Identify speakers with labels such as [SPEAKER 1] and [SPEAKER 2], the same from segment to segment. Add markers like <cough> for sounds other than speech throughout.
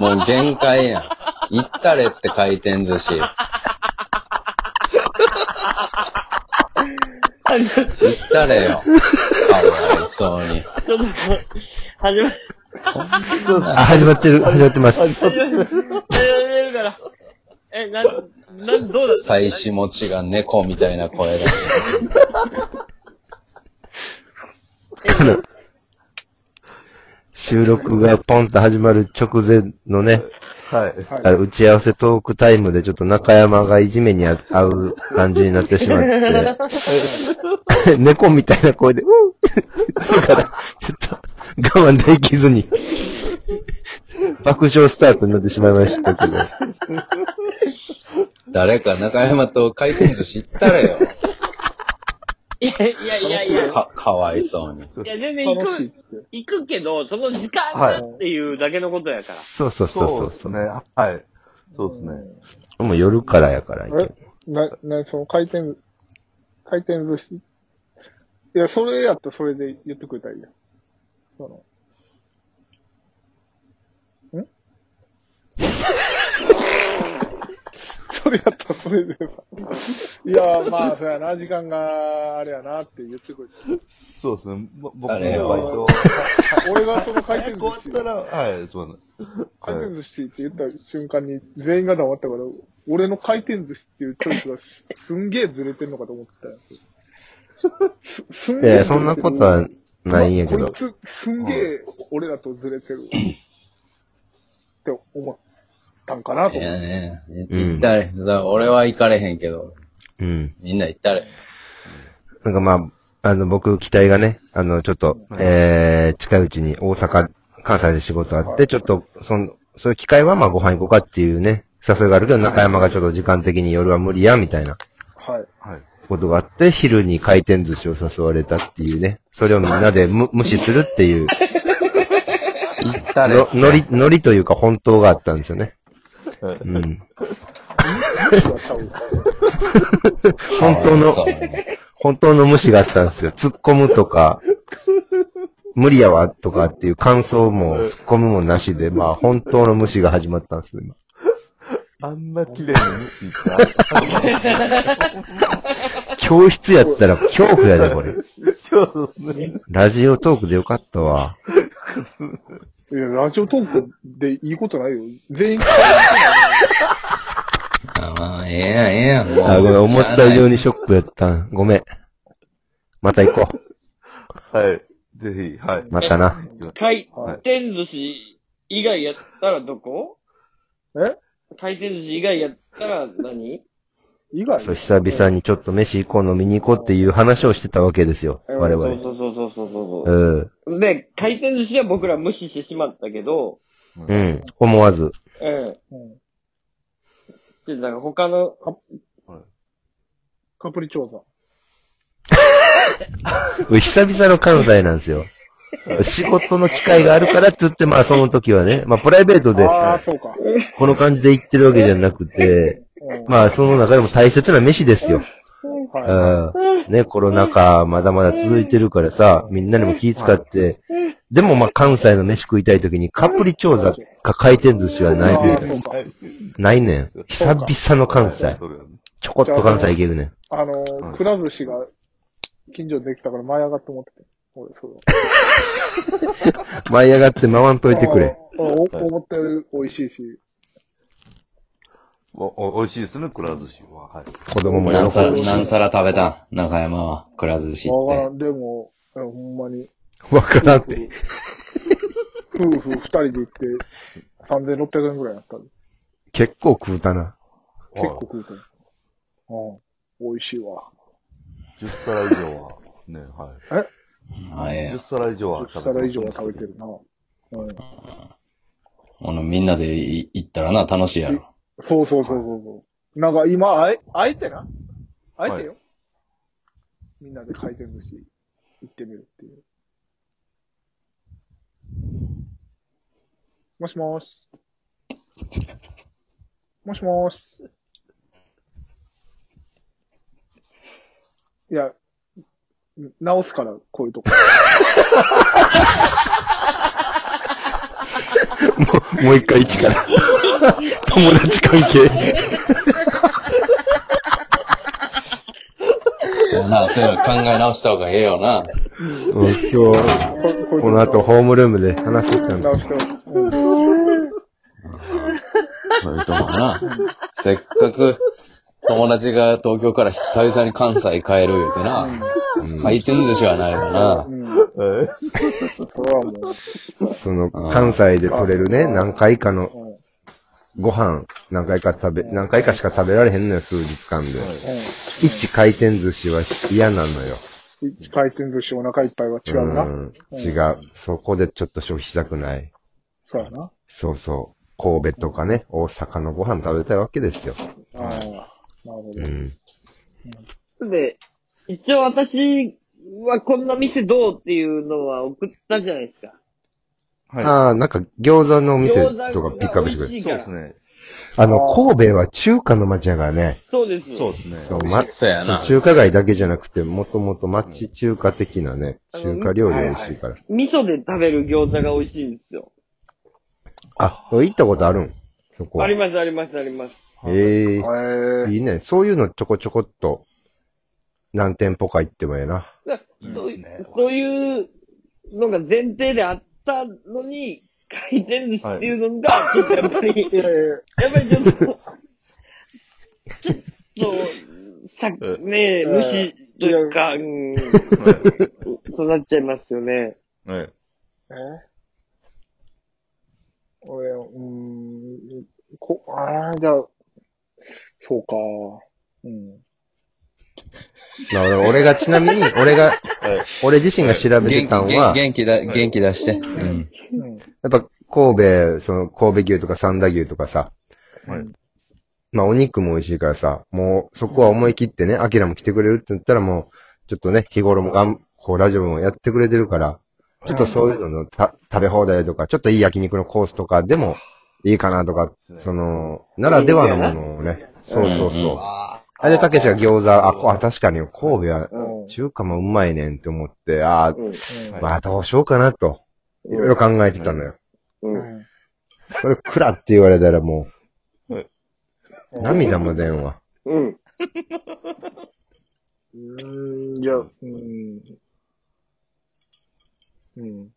[SPEAKER 1] もう限界やん。行ったれって回転寿司。行
[SPEAKER 2] ありがとう
[SPEAKER 1] ったれよ。かわいそうに。
[SPEAKER 2] ちょっと、始ま、
[SPEAKER 3] あ、始まってる、始まってます。
[SPEAKER 2] 始まる、始まるから。え、なん、なん、どうだった
[SPEAKER 1] 妻子持ちが猫みたいな声だし。
[SPEAKER 3] 収録がポンと始まる直前のね、
[SPEAKER 4] はい。
[SPEAKER 3] あの打ち合わせトークタイムでちょっと中山がいじめにあ合う感じになってしまって、猫みたいな声で、うんだから、ちょっと我慢できずに、爆笑スタートになってしまいましたけど、
[SPEAKER 1] 誰か中山と回転寿司行ったれよ。
[SPEAKER 2] いやいやいやいや。い
[SPEAKER 1] か、かわいそうに。
[SPEAKER 2] や、全然行
[SPEAKER 4] 楽しいっ
[SPEAKER 2] く、
[SPEAKER 4] て
[SPEAKER 2] 行くけど、その時間がっていうだけのことやから。
[SPEAKER 3] そうそうそう
[SPEAKER 4] そ
[SPEAKER 3] そうう
[SPEAKER 4] ですね。はい。そうですね。
[SPEAKER 3] もう夜からやからいけん
[SPEAKER 5] えな、な、その回転、回転寿司いや、それやったらそれで言ってくれたらいいやん。その。ん <laughs> それやったらそれでさ。いや、まあ、そうやな、時間があれやなって言ってくれた
[SPEAKER 4] そうですね。ぼ僕
[SPEAKER 1] あれ
[SPEAKER 4] の
[SPEAKER 1] よ
[SPEAKER 4] バイト。
[SPEAKER 5] ら。俺がその回転
[SPEAKER 4] 早く終わっ
[SPEAKER 5] 寿
[SPEAKER 4] た
[SPEAKER 5] 司、
[SPEAKER 4] ら、はい、すいま
[SPEAKER 5] 回転寿司って言った瞬間に全員が黙ったから、俺の回転寿司っていうチョイスがすすんげえずれてんのかと思ってたよ。すすん
[SPEAKER 3] い
[SPEAKER 5] げえずれて
[SPEAKER 3] や、
[SPEAKER 5] る
[SPEAKER 3] そんなことはないんやけ
[SPEAKER 5] こ
[SPEAKER 3] ど
[SPEAKER 5] い、つ、すんげえ、俺らとずれてる。って思ったんかなと
[SPEAKER 1] い
[SPEAKER 5] 思っ
[SPEAKER 1] や
[SPEAKER 5] て。
[SPEAKER 1] ね、
[SPEAKER 3] ん
[SPEAKER 1] 行ったれ。さ俺は行かれへんけど、
[SPEAKER 3] うん。
[SPEAKER 1] みんな行ったれ。
[SPEAKER 3] なんかまあ、あの、僕、期待がね、あの、ちょっと、えー、近いうちに大阪、関西で仕事あって、ちょっと、その、そういう機会は、まあ、ご飯行こうかっていうね、誘いがあるけど、中山がちょっと時間的に夜は無理や、みたいな
[SPEAKER 5] はい。
[SPEAKER 3] ことがあって、昼に回転寿司を誘われたっていうね、それをみんなで無無視するっていう、
[SPEAKER 1] 行ったれ
[SPEAKER 3] の。のり、のりというか本当があったんですよね。うん。本当の、
[SPEAKER 1] そうね
[SPEAKER 3] 本当の無視があったんですよ。突っ込むとか、無理やわとかっていう感想も突っ込むもなしで、まあ本当の無視が始まったんですよ、今。
[SPEAKER 4] せん。あんな綺麗に無視した。
[SPEAKER 3] 教室やったら恐怖やで、これ。
[SPEAKER 4] そうですね。
[SPEAKER 3] ラジオトークでよかったわ。
[SPEAKER 5] いや、ラジオトークでいいことないよ。全員、
[SPEAKER 1] ああ、ええやん、ええやん。もう
[SPEAKER 3] あ、ごめん、思った以上
[SPEAKER 1] し
[SPEAKER 3] にショックやった。ごめん。また行こ。。
[SPEAKER 4] はい。ぜひ、はいう
[SPEAKER 3] またな。
[SPEAKER 2] 回転寿司以外やったらどこ
[SPEAKER 5] え
[SPEAKER 2] 回転寿司以外やったら何
[SPEAKER 5] 以外
[SPEAKER 3] そう、久々にちょっと飯行こう、飲みに行こうっていう話をしてたわけですよ。我々。
[SPEAKER 2] そうそうそうそうそうそう
[SPEAKER 3] うん。
[SPEAKER 2] そう。で、回転寿司は僕ら無視してしまったけど、
[SPEAKER 3] うん。思わず。
[SPEAKER 2] うん。
[SPEAKER 5] うん
[SPEAKER 2] で、なんか他の、
[SPEAKER 5] カプリチョーザ。
[SPEAKER 3] 久々の関西なんですよ。仕事の機会があるからって言って、まあその時はね、まあプライベートで
[SPEAKER 5] ああ、そうか。
[SPEAKER 3] この感じで行ってるわけじゃなくて、
[SPEAKER 5] うん
[SPEAKER 3] まあその中でも大切な飯ですよ。
[SPEAKER 5] はい
[SPEAKER 3] うんね、コロナ禍まだまだ続いてるからさ、みんなにも気使って、でもまあ関西の飯食いたい時にカプリ調査か回転寿司はない
[SPEAKER 5] あ
[SPEAKER 3] ね
[SPEAKER 5] ーそうか
[SPEAKER 3] ん。ないねん。久々の関西。
[SPEAKER 4] それはね
[SPEAKER 3] ちょこっと関西行けるねん。
[SPEAKER 5] あのー、くら寿司が近所にできたから舞い上がって思ってて。俺、そう
[SPEAKER 3] 舞い上がって回んといてくれ。
[SPEAKER 5] あーお思ったより美味しいし。
[SPEAKER 4] お、お美味しいですね、くら寿司は。はい。
[SPEAKER 3] 子供も
[SPEAKER 1] 何
[SPEAKER 3] 喜
[SPEAKER 1] 皿、
[SPEAKER 3] ぶし。
[SPEAKER 1] 何皿食べたん中山は、くら寿司っ
[SPEAKER 5] わか
[SPEAKER 1] て
[SPEAKER 5] ら。ん。でも、いやほんまに、
[SPEAKER 3] わからんって。
[SPEAKER 5] 夫婦二人で行って、3600円ぐらいやったんで
[SPEAKER 3] 結構食うたな。
[SPEAKER 5] 結構食うと思う。うん。美味しいわ。
[SPEAKER 4] 10皿以上は、ね、は
[SPEAKER 1] ああ、
[SPEAKER 4] い。
[SPEAKER 1] ええ
[SPEAKER 4] 10皿以上は
[SPEAKER 5] 10皿以上は食べてるな。うん。
[SPEAKER 1] ほなみんなでい行ったらな、楽しいやろ。
[SPEAKER 5] そうそうそうそうそう。なんか今、あえ、あえてな。あえてよ。みんなで回転寿司行ってみるっていう。もしもーし。もしもーし。いや、直すから、こういうとこ。
[SPEAKER 3] もう一回一から。友達関係。
[SPEAKER 1] そうや <laughs> な、そういうの考え直した方がええよな。
[SPEAKER 3] もう今日、
[SPEAKER 5] こ
[SPEAKER 3] この後ホームルームで話してたんで
[SPEAKER 5] 直
[SPEAKER 3] す。
[SPEAKER 5] してます。うん
[SPEAKER 1] そういうとこな。せっかく、友達が東京から久々に関西帰る言うてな。回転寿司はないわな。
[SPEAKER 5] うん。
[SPEAKER 4] はい。
[SPEAKER 5] それはもう、
[SPEAKER 3] その、関西で取れるね、何回かの
[SPEAKER 5] うん。うん。
[SPEAKER 3] ご飯、何回か食べ、何回かしか食べられへんのよ、数日間で。一回転寿司は嫌なのよ。
[SPEAKER 5] 一回転寿司お腹いっぱいは違うな。
[SPEAKER 3] ん
[SPEAKER 5] うん
[SPEAKER 3] 違う。そこでちょっと消費したくない。
[SPEAKER 5] そうやな。
[SPEAKER 3] そうそう。神戸とかね、大阪のご飯食べたいわけですよ。
[SPEAKER 5] ああ、なるほ
[SPEAKER 3] う
[SPEAKER 5] ど。
[SPEAKER 3] ん。
[SPEAKER 2] で、一応私はこんな店どうっていうのは送ったじゃないですか。
[SPEAKER 4] は
[SPEAKER 3] ああ、なんか餃子のお店
[SPEAKER 2] 餃
[SPEAKER 3] と
[SPEAKER 2] 子
[SPEAKER 3] かピック
[SPEAKER 2] が
[SPEAKER 3] アッ
[SPEAKER 2] 美
[SPEAKER 3] プしてく
[SPEAKER 2] 味
[SPEAKER 3] れ
[SPEAKER 2] し
[SPEAKER 3] る。
[SPEAKER 4] い。
[SPEAKER 2] い
[SPEAKER 4] そ
[SPEAKER 2] か
[SPEAKER 4] うで
[SPEAKER 2] ら
[SPEAKER 4] す。ね。
[SPEAKER 3] あの、神戸は中華の街やからね。
[SPEAKER 2] そうです。
[SPEAKER 4] そうですね。
[SPEAKER 3] そう、ま、
[SPEAKER 1] そうやな。
[SPEAKER 3] 中華街だけじゃなくて、もともと町中華的なね、
[SPEAKER 2] うん
[SPEAKER 3] 中華料理美味しいから。
[SPEAKER 2] 味噌で食べる餃子が美味しいんですよ。
[SPEAKER 3] あ、行ったことあるんそこ。
[SPEAKER 2] あります、あります、あります。
[SPEAKER 3] ええ
[SPEAKER 5] へえ
[SPEAKER 3] いいね。そういうのちょこちょこっと、何店舗か行ってもええな。
[SPEAKER 2] だ
[SPEAKER 4] いい
[SPEAKER 2] そう
[SPEAKER 4] ですね
[SPEAKER 2] そういうのが前提であったのに、回転寿司っていうのが、ちょっとやっぱり、
[SPEAKER 5] いやいや
[SPEAKER 2] やっぱりちょっと、ちょっと、さねえ、
[SPEAKER 5] うん
[SPEAKER 2] 無視というか、うん、そうなっちゃいますよね。
[SPEAKER 4] はい。
[SPEAKER 5] え俺、うーん、こ、ああ、じゃあ、そうか。うん。
[SPEAKER 3] まあ、俺俺がちなみに、俺が、
[SPEAKER 4] はい。
[SPEAKER 3] 俺自身が調べて
[SPEAKER 1] 元気、
[SPEAKER 3] たん
[SPEAKER 1] 元
[SPEAKER 3] は
[SPEAKER 1] 気、元気だ、元気出して。うん。
[SPEAKER 5] うん。
[SPEAKER 3] やっぱ神戸、その神戸牛とか三田牛とかさ、
[SPEAKER 4] はい。
[SPEAKER 3] まあお肉も美味しいからさ、もうそこは思い切ってね、アキラも来てくれるって言ったらもう、ちょっとね、日頃もがん、こうラジオもやってくれてるから、ちょっとそういうののた食べ放題とか、ちょっといい焼肉のコースとかでもいいかなとか、その、ならではのものをね、そうそ
[SPEAKER 1] う
[SPEAKER 3] う
[SPEAKER 1] んう
[SPEAKER 3] そ
[SPEAKER 1] ん
[SPEAKER 3] う。あれで、たけしは餃子、あ、こあ、確かに神戸は
[SPEAKER 5] うん。
[SPEAKER 3] 中華もうまいねんって思って、ああ、
[SPEAKER 5] うん
[SPEAKER 3] まあどうしようかなと、いろいろ考えてたのよ。
[SPEAKER 2] うん。
[SPEAKER 3] それ、くらって言われたらも、
[SPEAKER 4] はいう
[SPEAKER 3] 涙も出んわ。
[SPEAKER 4] <laughs>
[SPEAKER 2] うん。
[SPEAKER 5] うーん、じゃあ、うん。うん。うん。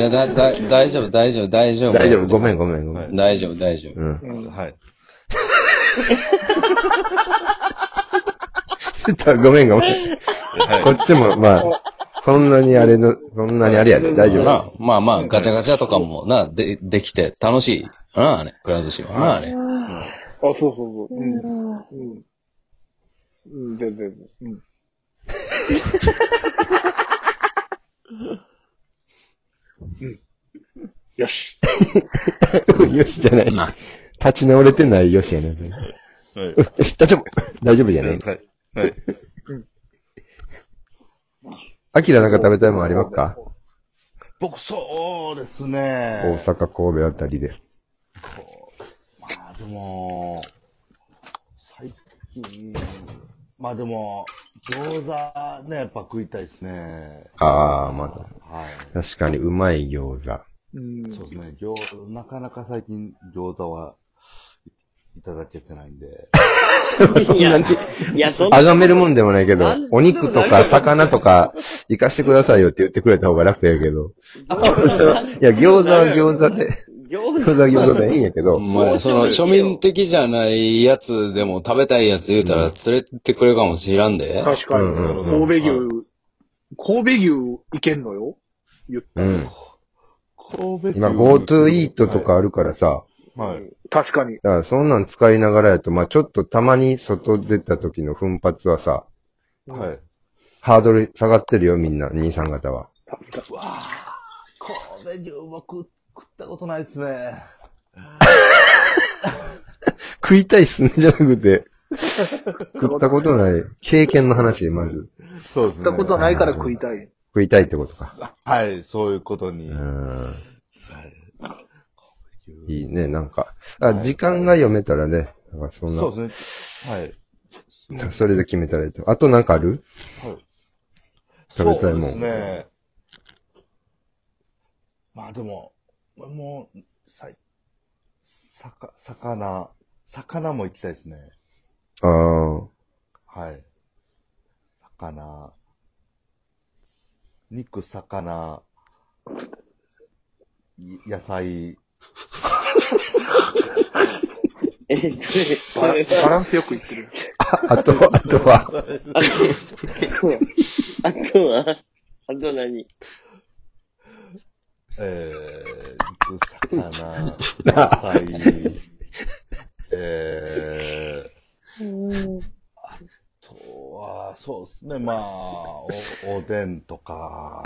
[SPEAKER 1] だだだだ大丈夫、大丈夫、大丈夫。
[SPEAKER 3] 大丈夫、ごめん、ごめん、ごめ
[SPEAKER 4] はい
[SPEAKER 3] ん。
[SPEAKER 1] 大丈夫、大丈夫。
[SPEAKER 3] うん。
[SPEAKER 5] うん。
[SPEAKER 4] はい。
[SPEAKER 3] ちょっとごめん、ごめん。こ
[SPEAKER 4] は
[SPEAKER 3] っちも、まあ、そんなにあれの、そんなにあれやで、大丈夫。
[SPEAKER 1] なまあまあ、ガチャガチャとかもな、で、できて楽しい。なあれ、くら寿司は。なあれ。
[SPEAKER 5] あ、そうそうそう。うん。うん。うん、全然。うん。 <laughs> うん。よし。
[SPEAKER 3] よしじゃない。
[SPEAKER 1] な
[SPEAKER 3] 立ち直れてないよしやね。
[SPEAKER 4] い。はい。
[SPEAKER 3] 大丈夫、大丈夫じゃ
[SPEAKER 4] は。
[SPEAKER 3] ないい。
[SPEAKER 4] はい。
[SPEAKER 3] アキラなんか食べたいもんありますか
[SPEAKER 4] 僕、そうですね。
[SPEAKER 3] 大阪、神戸あたりで。
[SPEAKER 4] まあでも、最近、まあでも、餃子ね、やっぱ食いたいですね。
[SPEAKER 3] ああ、ま
[SPEAKER 4] は
[SPEAKER 3] あ、確かにうまい餃子。
[SPEAKER 5] うん
[SPEAKER 4] い。。そうですね。餃なかなか最近餃子はいただけてないんで。
[SPEAKER 2] いや、いや、そんな
[SPEAKER 3] あ、がめるもんでもないけど
[SPEAKER 2] なん、
[SPEAKER 3] お肉とか魚とか行かしてくださいよって言ってくれた方が楽やけど。いや、餃子は餃子で、
[SPEAKER 2] 餃
[SPEAKER 3] 餃子
[SPEAKER 2] 子
[SPEAKER 3] は餃子でいいんやけど、
[SPEAKER 1] まあ、その、庶民的じゃないやつでも食べたいやつ言うたら連れてってくれるかもしらんで。
[SPEAKER 5] 確かに。
[SPEAKER 3] うん
[SPEAKER 4] うんうん
[SPEAKER 5] 神戸牛、神戸牛いけんのよ言っ
[SPEAKER 3] うん。
[SPEAKER 4] 神戸牛
[SPEAKER 3] 今 GoTo イートとかあるからさ、
[SPEAKER 4] はい。
[SPEAKER 5] 確かに。
[SPEAKER 3] だからそんなん使いながらやと、まあちょっとたまに外出た時の奮発はさ、
[SPEAKER 4] はい。はい。
[SPEAKER 3] ハードル下がってるよ、みんな、兄さん方は。
[SPEAKER 4] うわあ神戸牛僕食ったことないですね。
[SPEAKER 3] 食いたいっすね、じゃなくて。食ったこと
[SPEAKER 5] <laughs>
[SPEAKER 3] ない。経験の話、まず。
[SPEAKER 4] そう
[SPEAKER 5] 食
[SPEAKER 4] ですね。
[SPEAKER 5] ったこと
[SPEAKER 4] い。
[SPEAKER 5] ないから食いたい。
[SPEAKER 3] 食いたいってことか。
[SPEAKER 4] はい、そういうことに。
[SPEAKER 3] うん。
[SPEAKER 4] はい神戸牛
[SPEAKER 3] いいね、なんか。あ、時間が読めたらね。なんかそんな
[SPEAKER 4] そうですね。はい。
[SPEAKER 3] それで決めたらいいと。あとなんかある
[SPEAKER 4] はい。
[SPEAKER 3] 食べたいもん
[SPEAKER 4] そうですね。まあでも、もう、さい、さか、魚、魚も行きたいですね。
[SPEAKER 3] ああ。
[SPEAKER 4] はい。魚、肉、魚、い野菜、
[SPEAKER 2] えっと、そ
[SPEAKER 5] バ
[SPEAKER 2] れは
[SPEAKER 5] ランスよくいってる。
[SPEAKER 3] あと、あと
[SPEAKER 5] <laughs>
[SPEAKER 3] は、
[SPEAKER 2] あと、あとは、あと何
[SPEAKER 4] えー、
[SPEAKER 3] <laughs>
[SPEAKER 4] 肉、魚、野菜、えー、あとは、そうですね、まあ、お、おでんとか、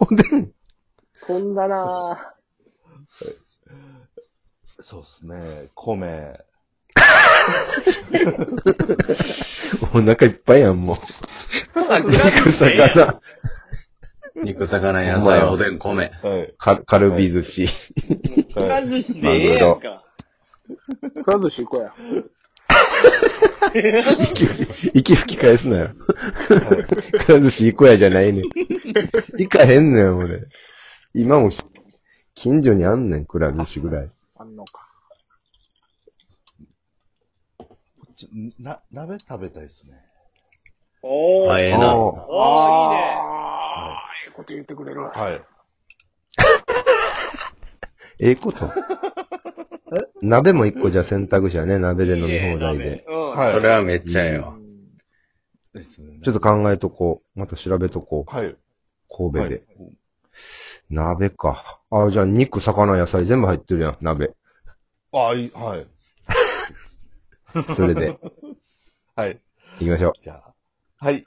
[SPEAKER 3] おでん。
[SPEAKER 2] 飛んだな
[SPEAKER 4] そうですね、米、
[SPEAKER 3] お腹いっぱいやん、もう。
[SPEAKER 2] ぁ。あ、グ
[SPEAKER 3] 肉、 <laughs> 魚、
[SPEAKER 1] 肉、魚、野菜、おでん、米。
[SPEAKER 4] はい、
[SPEAKER 3] カルカルビ寿司。
[SPEAKER 4] は
[SPEAKER 2] ラ
[SPEAKER 4] い、
[SPEAKER 2] 寿司でええやんか。
[SPEAKER 5] くら寿司行こうや。
[SPEAKER 3] 息吹き返すなよ。くら寿司行こうやじゃないねん。行かへんのよ、俺。今も、近所にあんねん、くら寿司ぐらい。
[SPEAKER 5] あんのか。
[SPEAKER 4] ちょな、鍋食べたいですね。
[SPEAKER 2] お
[SPEAKER 1] あ、
[SPEAKER 2] ー。
[SPEAKER 1] ええ
[SPEAKER 3] あ
[SPEAKER 1] な。
[SPEAKER 3] ー
[SPEAKER 2] おー、いいね。
[SPEAKER 5] ああ、いいこと言ってくれるわ。
[SPEAKER 4] はい。
[SPEAKER 3] ええこと。鍋も一個じゃ選択肢はね、鍋で飲み放題で。
[SPEAKER 2] うん。
[SPEAKER 4] はい
[SPEAKER 1] それはめっちゃええわ。
[SPEAKER 4] ですね。
[SPEAKER 3] ちょっと考えとこう。また調べとこ
[SPEAKER 4] はい。
[SPEAKER 3] う。神戸で。
[SPEAKER 4] はい
[SPEAKER 3] 鍋か。あ、じゃあ肉、魚、野菜全部入ってるやん、鍋。
[SPEAKER 4] ああ、いい、はい。
[SPEAKER 3] それで、
[SPEAKER 4] はい。
[SPEAKER 3] 行きましょう。
[SPEAKER 4] じゃあ。はい。